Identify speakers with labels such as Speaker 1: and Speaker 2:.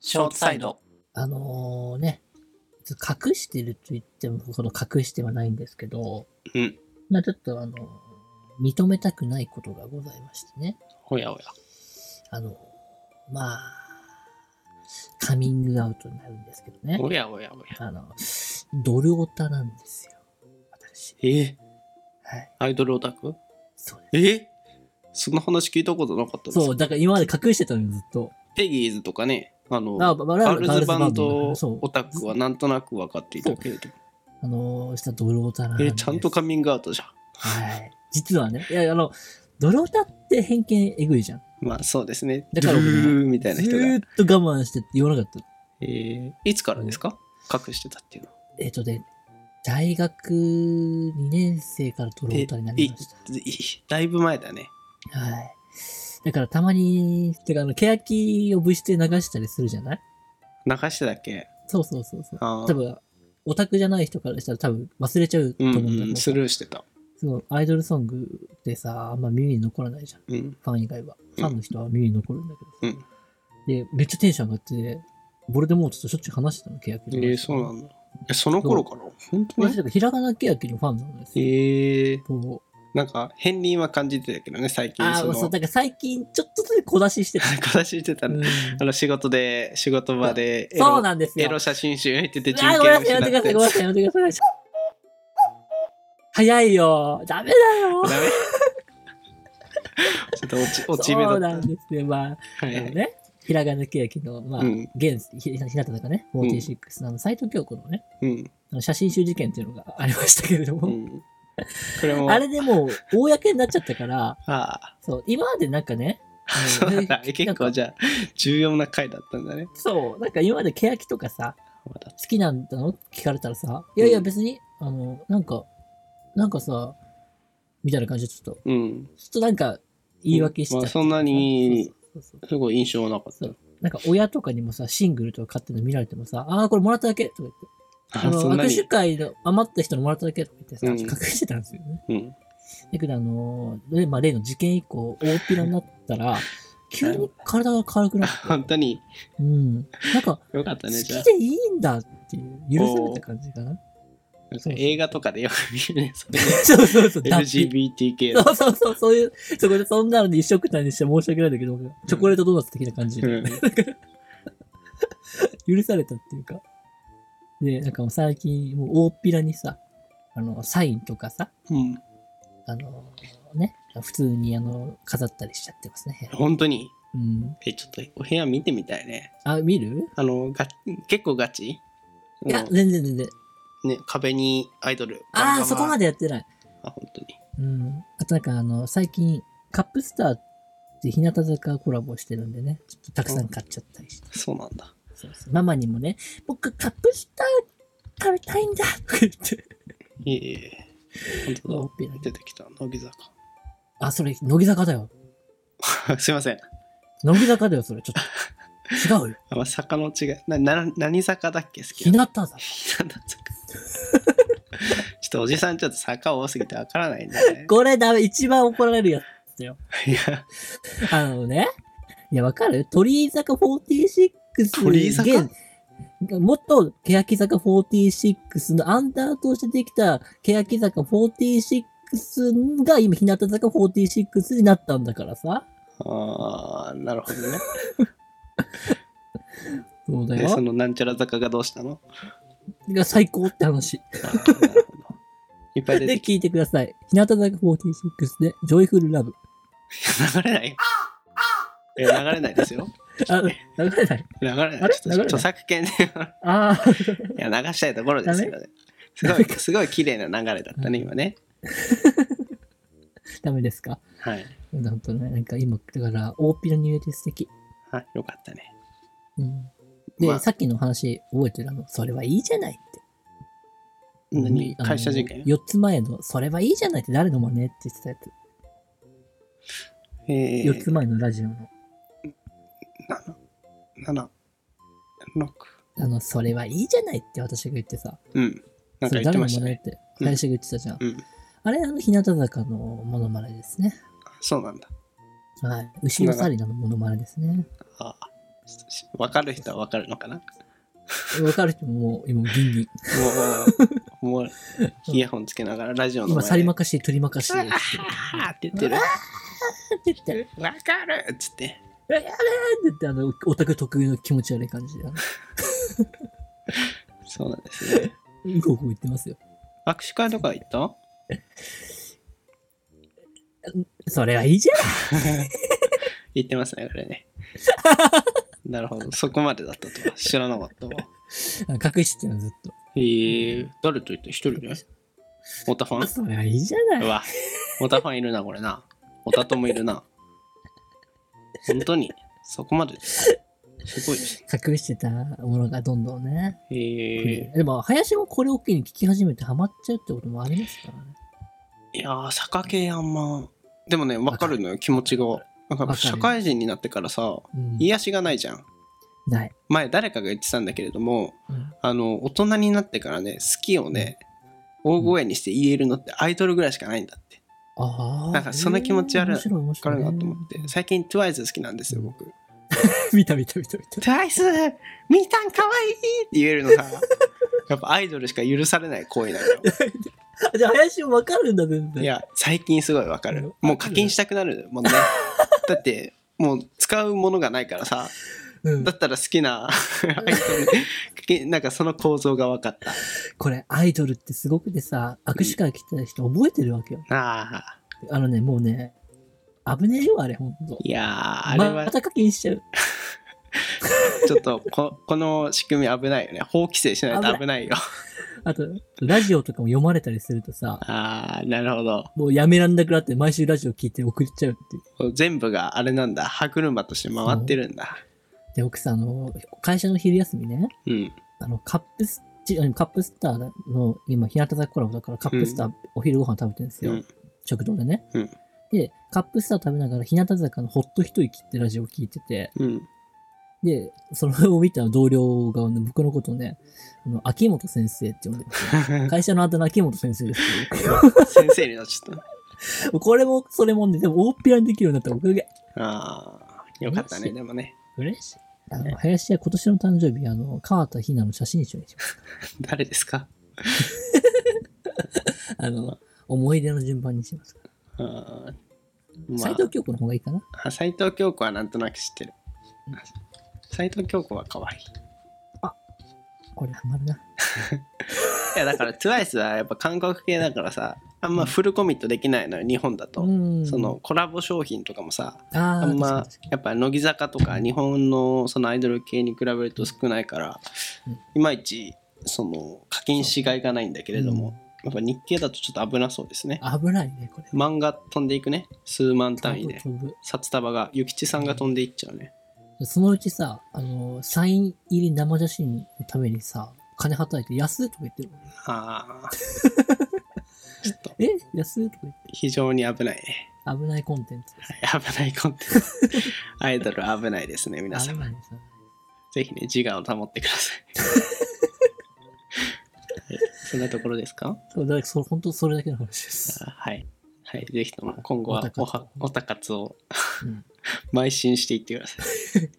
Speaker 1: ショートサイド。
Speaker 2: あのーね、隠してると言っても、その隠してはないんですけど、
Speaker 1: うん。
Speaker 2: まあちょっとあの、認めたくないことがございましてね。
Speaker 1: おやおや。
Speaker 2: あの、まあ、カミングアウトになるんですけどね。
Speaker 1: おやおやおや。
Speaker 2: あの、ドルオタなんですよ。私。
Speaker 1: えー、
Speaker 2: はい。
Speaker 1: アイドルオタク
Speaker 2: そうで
Speaker 1: えーそんな話聞いたことなかったです
Speaker 2: す。そう、だから今まで隠してたのにずっと。
Speaker 1: ペギーズとかね、あの、
Speaker 2: あ、バ
Speaker 1: ガールズバン
Speaker 2: の
Speaker 1: ド
Speaker 2: そう
Speaker 1: オタクはなんとなく分かっていたけれど。
Speaker 2: あのー、したドルオタなん
Speaker 1: え
Speaker 2: です。
Speaker 1: ー、ちゃんとカミングアウトじゃん。
Speaker 2: はい。実はね、いや、あの、ドルオタって偏見えぐいじゃん。
Speaker 1: まあそうですね。
Speaker 2: だから
Speaker 1: ドゥーみたいな
Speaker 2: ず
Speaker 1: 人が。
Speaker 2: ーっと我慢してって言わなかった。
Speaker 1: えー、いつからですか隠してたっていうのは。
Speaker 2: えっ、とね、大学2年生からドルオタになりました。
Speaker 1: いいだいぶ前だね。
Speaker 2: はい。だからたまに、てかあの、欅を部室で流したりするじゃない
Speaker 1: 流してたっけ
Speaker 2: そうそうそうそう。
Speaker 1: あー
Speaker 2: 多分、オタクじゃない人からしたら多分忘れちゃうと
Speaker 1: うん
Speaker 2: 思
Speaker 1: う
Speaker 2: うんだけ
Speaker 1: ん、
Speaker 2: ど、
Speaker 1: スルーしてた。
Speaker 2: そうアイドルソングってさ、あんま耳に残らないじゃん。
Speaker 1: うん。
Speaker 2: ファン以外は。
Speaker 1: う
Speaker 2: フ
Speaker 1: ん
Speaker 2: ァンの人は耳に残るんだけどさ。
Speaker 1: うん
Speaker 2: で、めっちゃテンション上がって、ボルデモートとしょっちゅう話してたの、欅
Speaker 1: え
Speaker 2: の話
Speaker 1: ー、そうなんだ。え、その頃から本当
Speaker 2: 私、
Speaker 1: に
Speaker 2: だからひらがな欅のファンなんですよ。
Speaker 1: えー、
Speaker 2: こう
Speaker 1: なんか、片鱗は感じてたけどね、最近。
Speaker 2: あ
Speaker 1: そ
Speaker 2: あ、
Speaker 1: の
Speaker 2: そう、だから最近ちょっとずつ小出ししてた。
Speaker 1: 形してた
Speaker 2: う
Speaker 1: ね。
Speaker 2: ん
Speaker 1: あの、仕事で、仕事場で、エロ
Speaker 2: そうなんですよ。
Speaker 1: エロ写真集入ってて人
Speaker 2: あー、ごめん
Speaker 1: 権を
Speaker 2: なさ
Speaker 1: 失
Speaker 2: い、やめてく
Speaker 1: っ
Speaker 2: ださい、
Speaker 1: て
Speaker 2: ご。めんなさい、やめてください。早いよ。ダメだよ。
Speaker 1: ダメ ちょっと落ち、落ち目だ
Speaker 2: そう
Speaker 1: った。
Speaker 2: なんですよ。まあ、
Speaker 1: はいは
Speaker 2: あの
Speaker 1: い。
Speaker 2: ね、ひらがなけやきの、まあ、
Speaker 1: うん
Speaker 2: 現、ひひなたとかね、46のあの斎藤京子のね、
Speaker 1: うん。
Speaker 2: あの写真集事件っていうのが ありましたけれど
Speaker 1: う
Speaker 2: も、
Speaker 1: ん。これも、
Speaker 2: あれでもう、公になっちゃったから、
Speaker 1: あ
Speaker 2: そう、今までなんかね、あ
Speaker 1: あ、
Speaker 2: の
Speaker 1: そうなんだ。
Speaker 2: ね
Speaker 1: 結
Speaker 2: な
Speaker 1: 構
Speaker 2: んか
Speaker 1: じゃあ、重要な回だったんだね。
Speaker 2: そう、なんか今までけやきとかさ、
Speaker 1: まだ
Speaker 2: 好きなんだのって聞かれたらさ、いやいや
Speaker 1: うん
Speaker 2: 別に、あの、なんか、なんかさ、みたいな感じでちょっと、
Speaker 1: うん。
Speaker 2: ちょっとなんか言い訳しちゃっ
Speaker 1: まあ
Speaker 2: て
Speaker 1: そんなに
Speaker 2: そうそうそう
Speaker 1: すごい印象はなかっ
Speaker 2: そうなんか親とかにもさ、シングルとか買ってるの見られてもさ、ああ、これもらっただけとか言って、
Speaker 1: た。
Speaker 2: あ
Speaker 1: あ、
Speaker 2: の
Speaker 1: そんな
Speaker 2: 握手
Speaker 1: に。
Speaker 2: 会の余った人のもらっただけとか言ってさ、
Speaker 1: うん
Speaker 2: 隠してたんですよね。
Speaker 1: うん。
Speaker 2: だけど、あのーでまあ、例の事件以降、大っぴらにな ったら、急に体が軽くなって、
Speaker 1: 本当に
Speaker 2: うん、なんか、
Speaker 1: よかった
Speaker 2: 好
Speaker 1: ね、じゃあ
Speaker 2: き。でいいんだっていう、許された感じかな。
Speaker 1: なんか映画とかでよく見るね、 それ
Speaker 2: そうそうそう、脱皮
Speaker 1: LGBTK の
Speaker 2: そうそうそう、そういう、そこでそんなのに一緒くたにして申し訳ないんだけど、チョコレートドーナツ的な感じで、
Speaker 1: うん
Speaker 2: 許されたっていうか。で、なんかもう最近、もう大っぴらにさ、あの、サインとかさ、
Speaker 1: うん。
Speaker 2: あの、ね、普通にあの、飾ったりしちゃってますね。
Speaker 1: 本当に。
Speaker 2: うん。
Speaker 1: え、ちょっとお部屋見てみたいね。
Speaker 2: あ、見る
Speaker 1: あの、が結構ガチ
Speaker 2: いや、
Speaker 1: も
Speaker 2: 全然全然。
Speaker 1: うね、壁にアイドル。
Speaker 2: ああ、そこま
Speaker 1: で。
Speaker 2: でやってない。
Speaker 1: あ、本当に。
Speaker 2: うん。あとなんかあの、最近、カップスターって日向坂コラボしてるんでね、ちょっとたくさん買っちゃったりして。
Speaker 1: そうなんだ。
Speaker 2: そうそうママにもね、僕カップスター食べたいんだとか言って。
Speaker 1: いえいえ。
Speaker 2: 大
Speaker 1: 本
Speaker 2: っぴら
Speaker 1: 当
Speaker 2: に
Speaker 1: だ。出てきた、乃木坂。
Speaker 2: あ、それ、乃木坂だよ。
Speaker 1: すいません。
Speaker 2: 乃木坂だよ、それ。ちょ っと。違うよ。
Speaker 1: あまあ、坂の違い。な、な、何坂だっけ好き
Speaker 2: 日
Speaker 1: な。
Speaker 2: 向坂。
Speaker 1: ひ な坂。ちょっとおじさんちょっと坂多すぎてわからないんだよ ね。
Speaker 2: これダメ、一番怒られるやつだよ。
Speaker 1: いや、
Speaker 2: あのね。いや、わかる鳥居坂46。
Speaker 1: 鳥居坂
Speaker 2: 現元欅坂46のアンダーとしてできた欅坂46が今日向坂46になったんだからさ。
Speaker 1: ああ、なるほどね。
Speaker 2: そうだ
Speaker 1: で、
Speaker 2: よ。
Speaker 1: そのなんちゃら坂がどうしたの
Speaker 2: だから最高って話。
Speaker 1: あーなるほどいっぱい出
Speaker 2: で、
Speaker 1: てき
Speaker 2: 聞いてください。日向坂46で、ジョイフルラブ。
Speaker 1: た。流れないえ、流れないですよ。
Speaker 2: あ、流れない。
Speaker 1: 流れない。ちょ
Speaker 2: あ
Speaker 1: っ
Speaker 2: れ
Speaker 1: と
Speaker 2: 流れない
Speaker 1: 著作権で。
Speaker 2: ああ、
Speaker 1: いや、流したいところですけどね。すごい、すごい綺麗な流れだったね、今ね。
Speaker 2: ダメですか。
Speaker 1: はい。
Speaker 2: なんとね、なんか今、だから、大っぴらに言えて素敵。
Speaker 1: はい、よかったね。
Speaker 2: うん。で、
Speaker 1: まあ
Speaker 2: さっきの話覚えてるあの、それはいいじゃないって。
Speaker 1: 何
Speaker 2: あの
Speaker 1: 会社事件
Speaker 2: 四つ前の、それはいいじゃないって誰のもねって言ってたやつ。
Speaker 1: えー
Speaker 2: 四つ前のラジオの。
Speaker 1: 七、七、六。
Speaker 2: あの、それはいいじゃないって私が言ってさ。
Speaker 1: うん。なん
Speaker 2: そ
Speaker 1: か言
Speaker 2: れ
Speaker 1: って
Speaker 2: 誰の
Speaker 1: まし
Speaker 2: も
Speaker 1: た
Speaker 2: ね
Speaker 1: ね。
Speaker 2: って、
Speaker 1: うん
Speaker 2: 会社が言ってたじゃん。
Speaker 1: うん。
Speaker 2: あれ、あの、日向坂のモノマネですね。
Speaker 1: そうなんだ。
Speaker 2: はい。後ろサリナのモノマネですね。
Speaker 1: ああ。分かる人は分かるのかなも
Speaker 2: わかる人ももう今ギンギン。
Speaker 1: う、 もう、イヤホンつけながらラジオの
Speaker 2: 今、さりま
Speaker 1: く
Speaker 2: かし、取りまかし。
Speaker 1: あーって言ってる。
Speaker 2: って言って、
Speaker 1: わかるっつって。
Speaker 2: やれーって言って、あの、オタク特有の気持ち悪い感じで、あ
Speaker 1: そうなんですね。
Speaker 2: のうごうご言ってますよ。
Speaker 1: 握手会とか行った
Speaker 2: それはいいじゃん
Speaker 1: 行ってますね、これ ね。なるほど。そこまでだったとは知らなかったわ。
Speaker 2: 隠してるのずっと。
Speaker 1: えー、誰と行った一人でオタファン
Speaker 2: それはいいじゃな
Speaker 1: う
Speaker 2: い。
Speaker 1: わ、オタファンいるな、これな。オタともいるな。本当に、そこまで。すごいです
Speaker 2: 隠してたものがどんどんね。
Speaker 1: ね。え
Speaker 2: でも、林もこれを機に聞き始めてハマっちゃうってこともありますからね。
Speaker 1: ー、いやー、坂系あんま。でもね、わかるのよ、気持ちが。なんかやっぱ
Speaker 2: わかる
Speaker 1: 社会人になってからさ、
Speaker 2: うん、
Speaker 1: 癒しがないじゃん。
Speaker 2: ない。
Speaker 1: 前、誰かが言ってたんだけれども、
Speaker 2: うん
Speaker 1: あの、大人になってからね、好きをね、大声にして言えるのってアイドルぐらいしかないんだって。
Speaker 2: ああ。
Speaker 1: なんかその気持ち悪い
Speaker 2: 面白い、面
Speaker 1: わか
Speaker 2: 白い
Speaker 1: る
Speaker 2: ね。
Speaker 1: なと思って。最近 TWICE 好きなんですよ、僕。
Speaker 2: 見た見た見た見た。
Speaker 1: トゥワイスみーたんかわいいって言えるのさ やっぱアイドルしか許されない行為な のよ
Speaker 2: あじゃあ、林もわかるんだ、全然。
Speaker 1: いや最近すごいわかるもう課金したくなるもんねだってもう使うものがないからさ
Speaker 2: うん
Speaker 1: だったら好き なアイドル課金なんかその構造が分かった
Speaker 2: これ、アイドルってすごくてさ、握手会来てた人覚えてるわけよ。
Speaker 1: ああ
Speaker 2: あのね、もうね、危ねえよ、あれ、ほんと。
Speaker 1: いやーあれは
Speaker 2: また課金しちゃう。
Speaker 1: ちょっとここの仕組み危ないよね法規制しないと危ないよ
Speaker 2: あと、ラジオとかも読まれたりするとさ、
Speaker 1: ああなるほど
Speaker 2: もうやめらんなくなって、毎週ラジオ聞いて送っちゃうっていう。
Speaker 1: 全部があれなんだ歯車として回ってるんだ
Speaker 2: で、僕さ、あの、会社の昼休みね、
Speaker 1: うん
Speaker 2: あの、カップス、ちカップスターの、今、日向坂コラボだから、カップスター、お昼ご飯食べてるんですよ。
Speaker 1: うん
Speaker 2: 食堂でね。
Speaker 1: うん
Speaker 2: で、カップスター食べながら、日向坂のほっと一息ってラジオ聞いてて、
Speaker 1: うん
Speaker 2: で、それを見た同僚が、ね、僕のことをね、あの秋元先生って呼んでる、会社のあだ名秋元先生です
Speaker 1: 先生になっちゃった
Speaker 2: けど、これもそれもね、でも大っぴらにできるようになったおかげ。
Speaker 1: ああ、よかったね、
Speaker 2: 嬉しい
Speaker 1: でもね。
Speaker 2: 嬉しい。あの、林は今年の誕生日、あの、川田ひなの写真集にします。
Speaker 1: 誰ですか
Speaker 2: あの、思い出の順番にしますから。
Speaker 1: あー
Speaker 2: 斎、
Speaker 1: ま
Speaker 2: 藤京子の方がいいかな。
Speaker 1: あ、斎藤京子はなんとなく知ってる。斎藤京子は可愛い。
Speaker 2: これハマるな。
Speaker 1: いや、だから TWICE はやっぱ韓国系だからさ、あんまフルコミットできないのよ、日本だと。
Speaker 2: ん
Speaker 1: その、コラボ商品とかもさ、
Speaker 2: あ
Speaker 1: あ
Speaker 2: ー
Speaker 1: ん
Speaker 2: 確かに
Speaker 1: ま
Speaker 2: 確か
Speaker 1: やっぱ乃木坂とか日本のそのアイドル系に比べると少ないから
Speaker 2: うん、
Speaker 1: いまいちその課金しがいがないんだけれども、やっぱ日系だとちょっと危なそうですね。
Speaker 2: に危ないね、これ。
Speaker 1: 漫画飛んでいくね、数万単位で。
Speaker 2: 飛ぶ。
Speaker 1: 札束が諭吉さんが飛んでいっちゃうね
Speaker 2: そのうちさ、あの、サイン入り生写真のためにさ、金はたいて安いとか言ってる。
Speaker 1: ああちょっと
Speaker 2: え安いとか言って
Speaker 1: 非常に危ないね
Speaker 2: 危ないコンテンツです。
Speaker 1: 危ないコンテン ツアイドルは危ないですね皆
Speaker 2: 危
Speaker 1: 様
Speaker 2: ないですよ
Speaker 1: ぜひね自我を保ってくださ いはいそんなところですか
Speaker 2: そう、だからそ本当それだけの話です。
Speaker 1: あはいはいぜひとも今後はおはお
Speaker 2: お
Speaker 1: たかつを
Speaker 2: うん
Speaker 1: 邁進していってください